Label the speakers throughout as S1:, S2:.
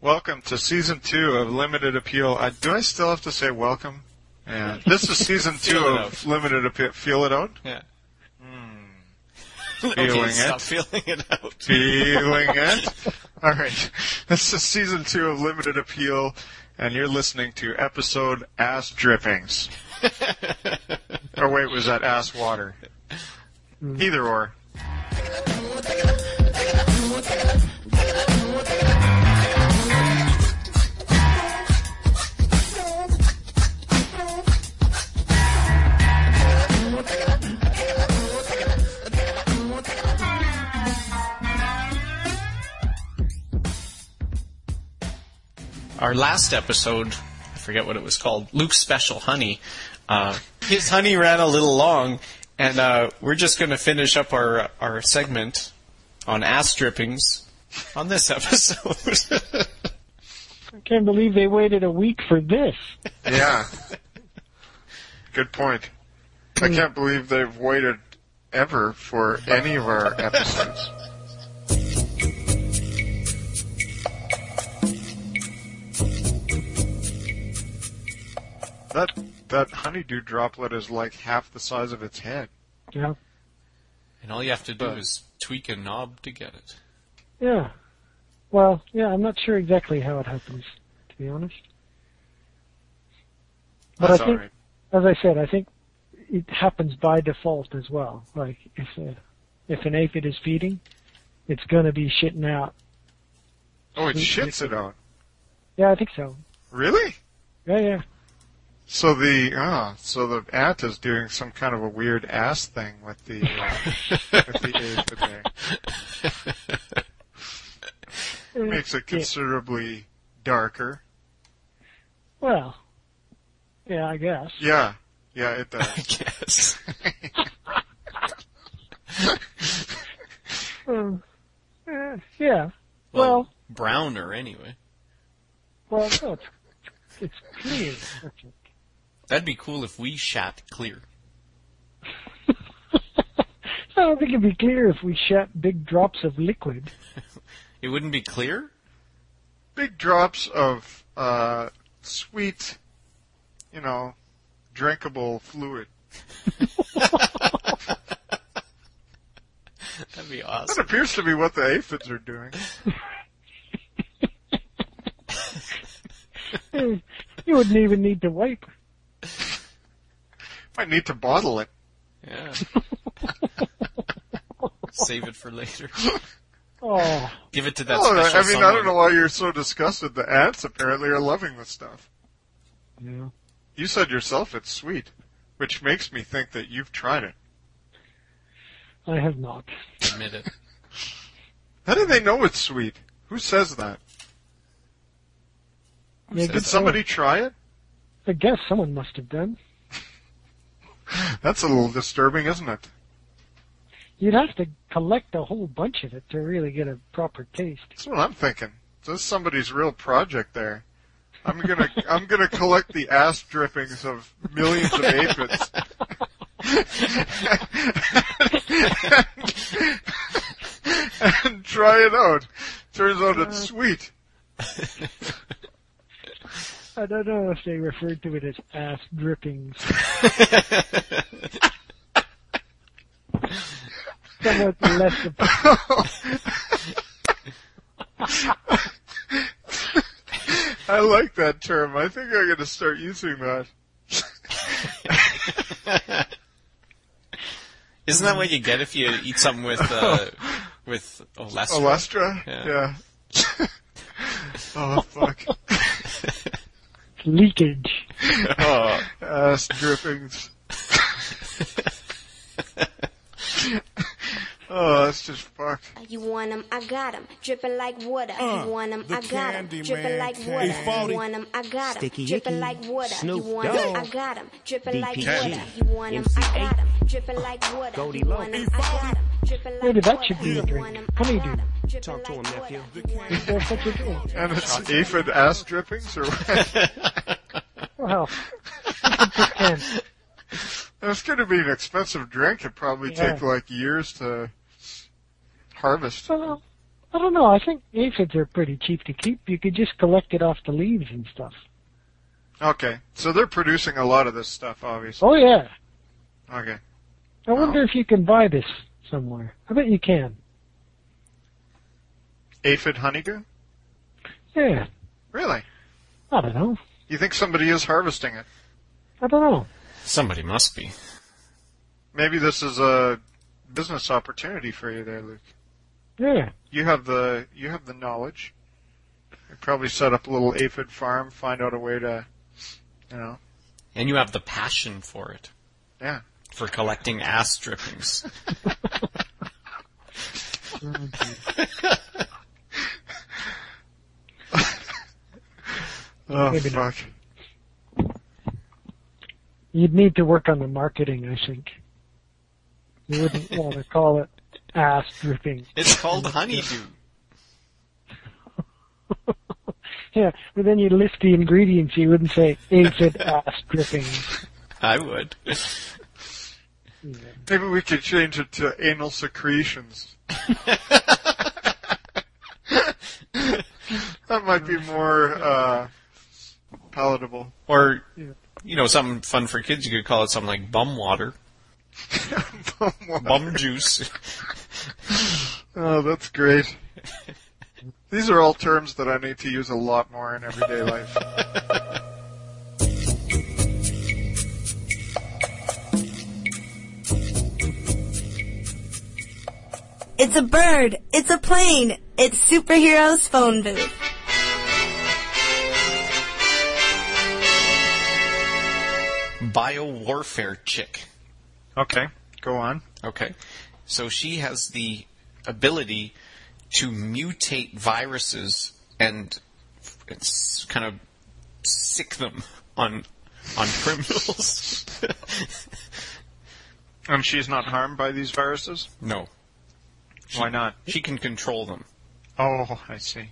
S1: Welcome to season two of Limited Appeal. Uh, do I still have to say welcome? Yeah. This is season two
S2: Feel it
S1: of Limited Appeal. Feel it out?
S2: Yeah.
S1: Feeling
S2: okay, stop
S1: it.
S2: feeling it out.
S1: Feeling it? All right. This is season two of Limited Appeal, and you're listening to episode Ass Drippings. or wait, was that Ass Water? Either or.
S2: Our last episode, I forget what it was called, Luke's Special Honey. Uh, his honey ran a little long, and uh, we're just going to finish up our our segment on ass drippings on this episode.
S3: I can't believe they waited a week for this.
S1: Yeah. Good point.
S3: Mm.
S1: I can't believe they've waited ever for any of our episodes. That that honeydew droplet is like half the size of its head.
S3: Yeah.
S2: and all you have to do
S1: But-
S2: is tweak a knob to get it.
S3: Yeah. Well, yeah, I'm not sure exactly how it happens, to be honest. But
S1: That's
S3: I think,
S1: alright.
S3: as I said, I think it happens by default as well. Like if a, if an aphid is feeding, it's gonna be shitting out.
S1: Oh, it shits it out.
S3: Yeah, I think so.
S1: Really?
S3: Yeah, yeah.
S1: So the ah, so the ant is doing some kind of a weird ass thing with the uh, with the aphid there.
S3: Uh,
S1: makes it
S3: Yeah.
S1: considerably darker.
S3: Well, yeah, I guess.
S1: Yeah, yeah, it
S2: I
S1: does.
S2: guess.
S3: Um, eh, yeah. Well-
S2: browner anyway.
S3: Well, no, it's, it's clean. Okay.
S2: That'd be cool if we shat clear.
S3: I don't think it'd be clear if we shot big drops of liquid.
S2: It wouldn't be clear.
S1: Big drops of uh, sweet, you know, drinkable fluid.
S2: That'd be
S1: That
S2: awesome.
S1: appears to be what the aphids are doing.
S3: Eh, You wouldn't even need to wipe.
S1: Might need to bottle it.
S2: Yeah. Save it for later.
S3: Oh,
S2: Give it to that
S1: oh, I mean,
S2: special
S1: I
S2: someone.
S1: don't know why you're so disgusted. The ants apparently are loving this stuff.
S3: yeah.
S1: You said yourself it's sweet, which makes me think that you've tried it.
S3: I have not.
S2: Admit it.
S1: How do they know it's sweet? Who says that?
S3: Yeah,
S2: says
S3: good
S1: Did somebody try it?
S3: point. I guess someone must have done.
S1: That's a little disturbing, isn't it?
S3: You'd have to collect a whole bunch of it to really get a proper taste.
S1: That's what I'm thinking. This is somebody's real project there. I'm gonna I'm gonna collect the ass drippings of millions of aphids. and try it out. Turns out it's sweet.
S3: I don't know if they referred to it as ass drippings. Somewhat less. Of,
S1: I like that term. I think I'm gonna start using that.
S2: Isn't that what you get if you eat something with uh, with oh, last
S1: Olestra?
S2: Yeah.
S1: Yeah. oh fuck.
S3: it's leakage.
S1: uh,
S2: oh,
S1: Ass drippings. oh, that's just fuck.
S4: You want 'em, I got 'em. Dripping like water. you want 'em,
S5: the
S4: I got 'em.
S5: Candyman
S4: Dripping like
S5: came.
S4: water.
S5: Hey,
S4: You want 'em, I got 'em.
S6: Sticky
S4: Dripping
S6: Icky,
S4: like water.
S6: Snoop
S4: you want 'em,
S6: Dogg,
S4: I got 'em. Dripping like
S6: DPG,
S4: water. You want 'em, I
S6: MC8,
S4: got 'em. Dripping like water.
S6: Goldie
S4: you
S6: Low.
S4: want 'em, I got 'em. Dripping like
S3: Maybe that
S4: water.
S3: should be
S4: You
S3: a drink.
S4: want 'em,
S3: How do you
S4: I
S3: do?
S4: got 'em. Dripping
S6: Talk to
S4: like
S6: him,
S4: water.
S6: nephew.
S4: You want 'em,
S3: Is there such a thing?
S1: And it's aphid ass drippings or what?
S3: Well, pretend.
S1: That's gonna be an expensive drink. It'd probably
S3: Yeah.
S1: take like years to harvest.
S3: Well, I don't know. I think aphids are pretty cheap to keep. You could just collect it off the leaves and stuff.
S1: Okay, so they're producing a lot of this stuff, obviously.
S3: Oh yeah.
S1: Okay.
S3: I wonder if you can buy this somewhere. I bet you can.
S1: Aphid honeydew?
S3: Yeah.
S1: Really?
S3: I don't know.
S1: You think somebody is harvesting it?
S3: I don't know.
S2: Somebody must be.
S1: Maybe this is a business opportunity for you there, Luke.
S3: Yeah.
S1: You have the you have the knowledge. You probably set up a little aphid farm, find out a way to you know.
S2: And you have the passion for it.
S1: Yeah.
S2: For collecting ass drippings.
S1: Oh
S3: Maybe
S1: fuck.
S3: not. You'd need to work on the marketing, I think. You wouldn't want to call it ass dripping.
S2: It's called honeydew.
S3: Yeah, but then you list the ingredients. You wouldn't say aphid ass dripping.
S2: I would.
S1: Maybe we could change it to anal secretions. that might be more uh, palatable.
S2: Or, you know, something fun for kids, you could call it something like bum water, bum juice.
S1: Oh, that's great. These are all terms that I need to use a lot more in everyday life.
S5: It's a bird. It's a plane. It's superheroes phone booth.
S2: Biowarfare chick.
S1: Okay, go on.
S2: Okay. So she has the ability to mutate viruses and it's kind of sick them on on criminals.
S1: And she's not harmed by these viruses?
S2: no,
S1: Why not?
S2: she can control them.
S1: Oh, I see.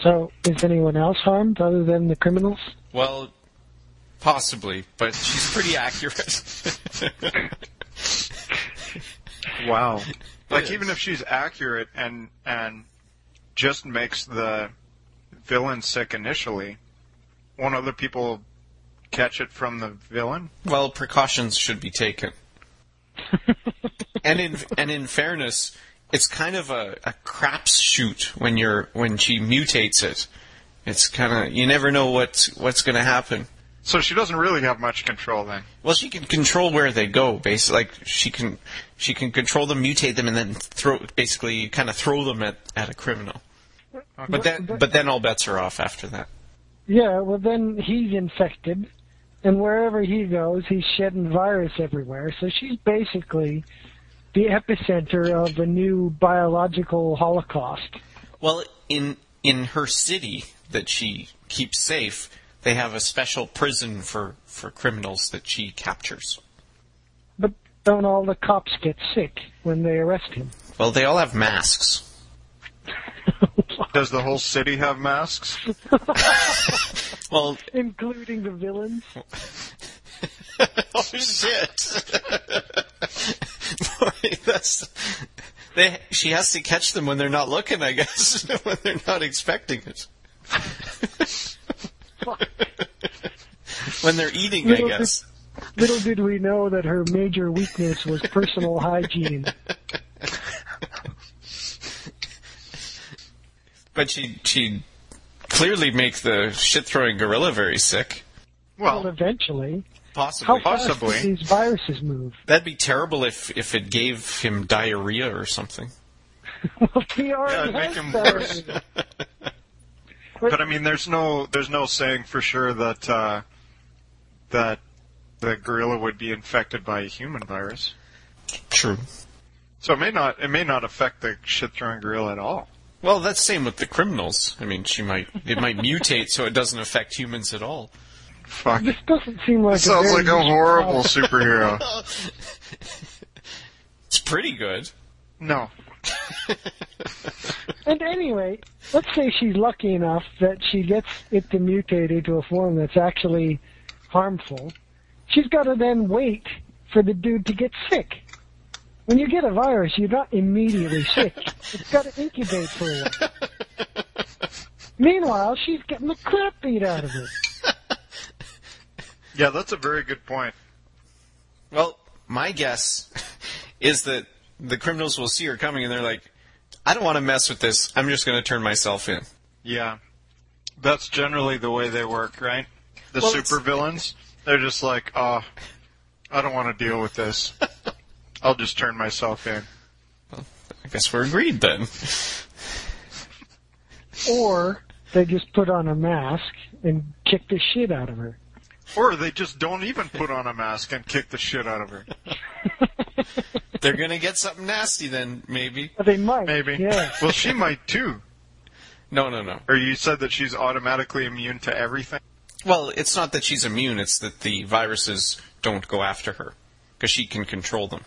S3: So, is anyone else harmed other than the criminals?
S2: Well, possibly, but she's pretty accurate.
S1: Wow. Like
S2: Yes.
S1: even if she's accurate and and just makes the villain sick initially, won't other people catch it from the villain?
S2: well, precautions should be taken. and in and in fairness, it's kind of a, a crapshoot when you're when she mutates it. It's kind of you never know what's what's going to happen.
S1: So she doesn't really have much control then.
S2: Well, she can control where they go. Basically, like she can she can control them, mutate them, and then throw basically kind of throw them at, at a criminal. But then but then all bets are off after that.
S3: Yeah, well then he's infected, and wherever he goes, he's shedding virus everywhere. So she's basically the epicenter of a new biological holocaust.
S2: Well, in in her city that she keeps safe, they have a special prison for for criminals that she captures.
S3: But don't all the cops get sick when they arrest him?
S2: Well, they all have masks.
S1: Does the whole city have masks?
S2: Well,
S3: Including the villains?
S2: oh shit! Boy, that's they. She has to catch them when they're not looking, I guess, when they're not expecting it. when they're eating, I
S3: Little bit-
S2: guess.
S3: Little did we know that her major weakness was personal hygiene.
S2: But she she clearly make the shit throwing gorilla very sick.
S3: Well,
S1: Well,
S3: eventually, how
S2: Possibly.
S3: fast do
S1: Possibly.
S3: these viruses move?
S2: That'd be terrible if if it gave him diarrhea or something.
S3: Well, he already
S1: that'd make
S3: has
S1: him
S3: diarrhea.
S1: worse. but I mean, there's no there's no saying for sure that uh, that the gorilla would be infected by a human virus.
S2: True.
S1: So it may not it may not affect the shit throwing gorilla at all.
S2: Well, that's same with the criminals. I mean, she might it might mutate so it doesn't affect humans at all.
S1: Fuck.
S3: This doesn't seem like a
S1: Sounds
S3: very
S1: like a
S3: useful
S1: horrible superhero.
S2: It's pretty good.
S1: No.
S3: And anyway, let's say she's lucky enough that she gets it to mutate into a form that's actually harmful. She's got to then wait for the dude to get sick. When you get a virus, you're not immediately sick. it's got to incubate for a while. Meanwhile, she's getting the crap beat out of her.
S1: Yeah, that's a very good point.
S2: Well, my guess is that the criminals will see her coming and they're like, I don't want to mess with this. I'm just going to turn myself in.
S1: Yeah. That's generally the way they work, right? The
S2: Well, it's-
S1: supervillains, they're just like, uh, I don't want to deal with this. I'll just turn myself in.
S2: I guess we're agreed then.
S3: Or they just put on a mask and kick the shit out of her.
S1: Or they just don't even put on a mask and kick the shit out of her.
S2: They're going to get something nasty then, maybe.
S3: But they might.
S1: Maybe.
S3: Yeah.
S1: Well, she might too.
S2: No, no, no.
S1: Or you said that she's automatically immune to everything?
S2: Well, it's not that she's immune, it's that the viruses don't go after her because she can control them.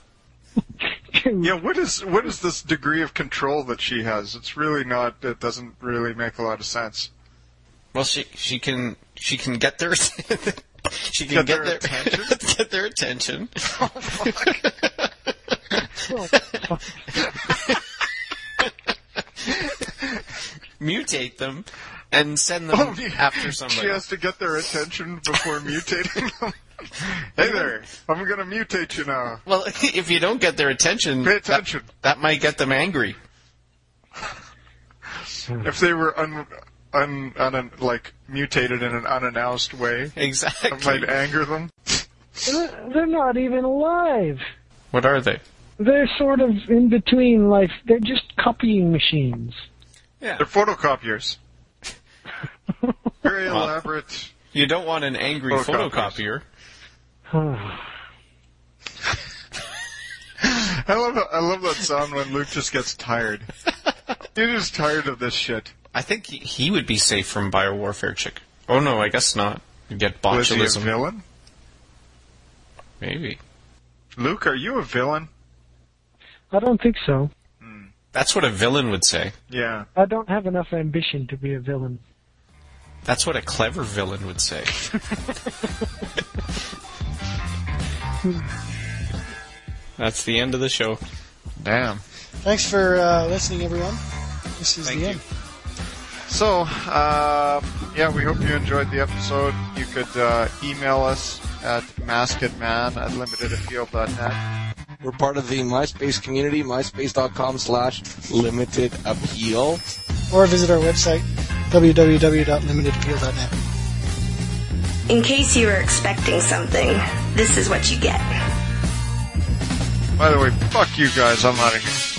S1: Yeah, what is what is this degree of control that she has? It's really not it doesn't really make a lot of sense.
S2: Well, she she can she can get their she
S1: Get
S2: can get,
S1: their
S2: their
S1: attention? Oh,
S2: get their attention. Mutate them and send them
S1: Oh, yeah.
S2: after
S1: She
S2: somebody.
S1: has to get their attention before mutating them. hey there, I'm gonna mutate you now.
S2: Well, if you don't get their attention,
S1: Pay
S2: that-
S1: attention.
S2: That, might get them angry.
S1: If they were un, un, un like mutated in an unannounced way, it
S2: Exactly.
S1: might anger them.
S3: They're they're not even alive.
S2: What are they?
S3: They're sort of in between life. They're just copying machines.
S2: Yeah.
S1: They're photocopiers. Very elaborate.
S2: You don't want an angry
S1: Photocopiers.
S2: photocopier.
S1: I love I love that sound when Luke just gets tired. He is tired of this shit.
S2: I think he- he would be safe from biowarfare chick. Oh no, I guess not. You get
S1: Was he a
S2: botulism.
S1: villain?
S2: Maybe.
S1: Luke, are you a villain?
S3: I don't think so.
S2: That's what a villain would say.
S1: Yeah.
S3: I don't have enough ambition to be a villain.
S2: That's what a clever villain would say. That's the end of the show. Damn.
S6: Thanks for uh, listening, everyone. This is
S2: Thank
S6: the
S2: you.
S6: end.
S1: So, uh, yeah, we hope you enjoyed the episode. You could uh, email us at maskedman at limitedappeal.net.
S7: We're part of the MySpace community, myspace.com slash limited appeal.
S6: Or visit our website, www.limitedappeal.net.
S5: In case you were expecting something, this is what you get.
S1: By the way, fuck you guys, I'm out of here.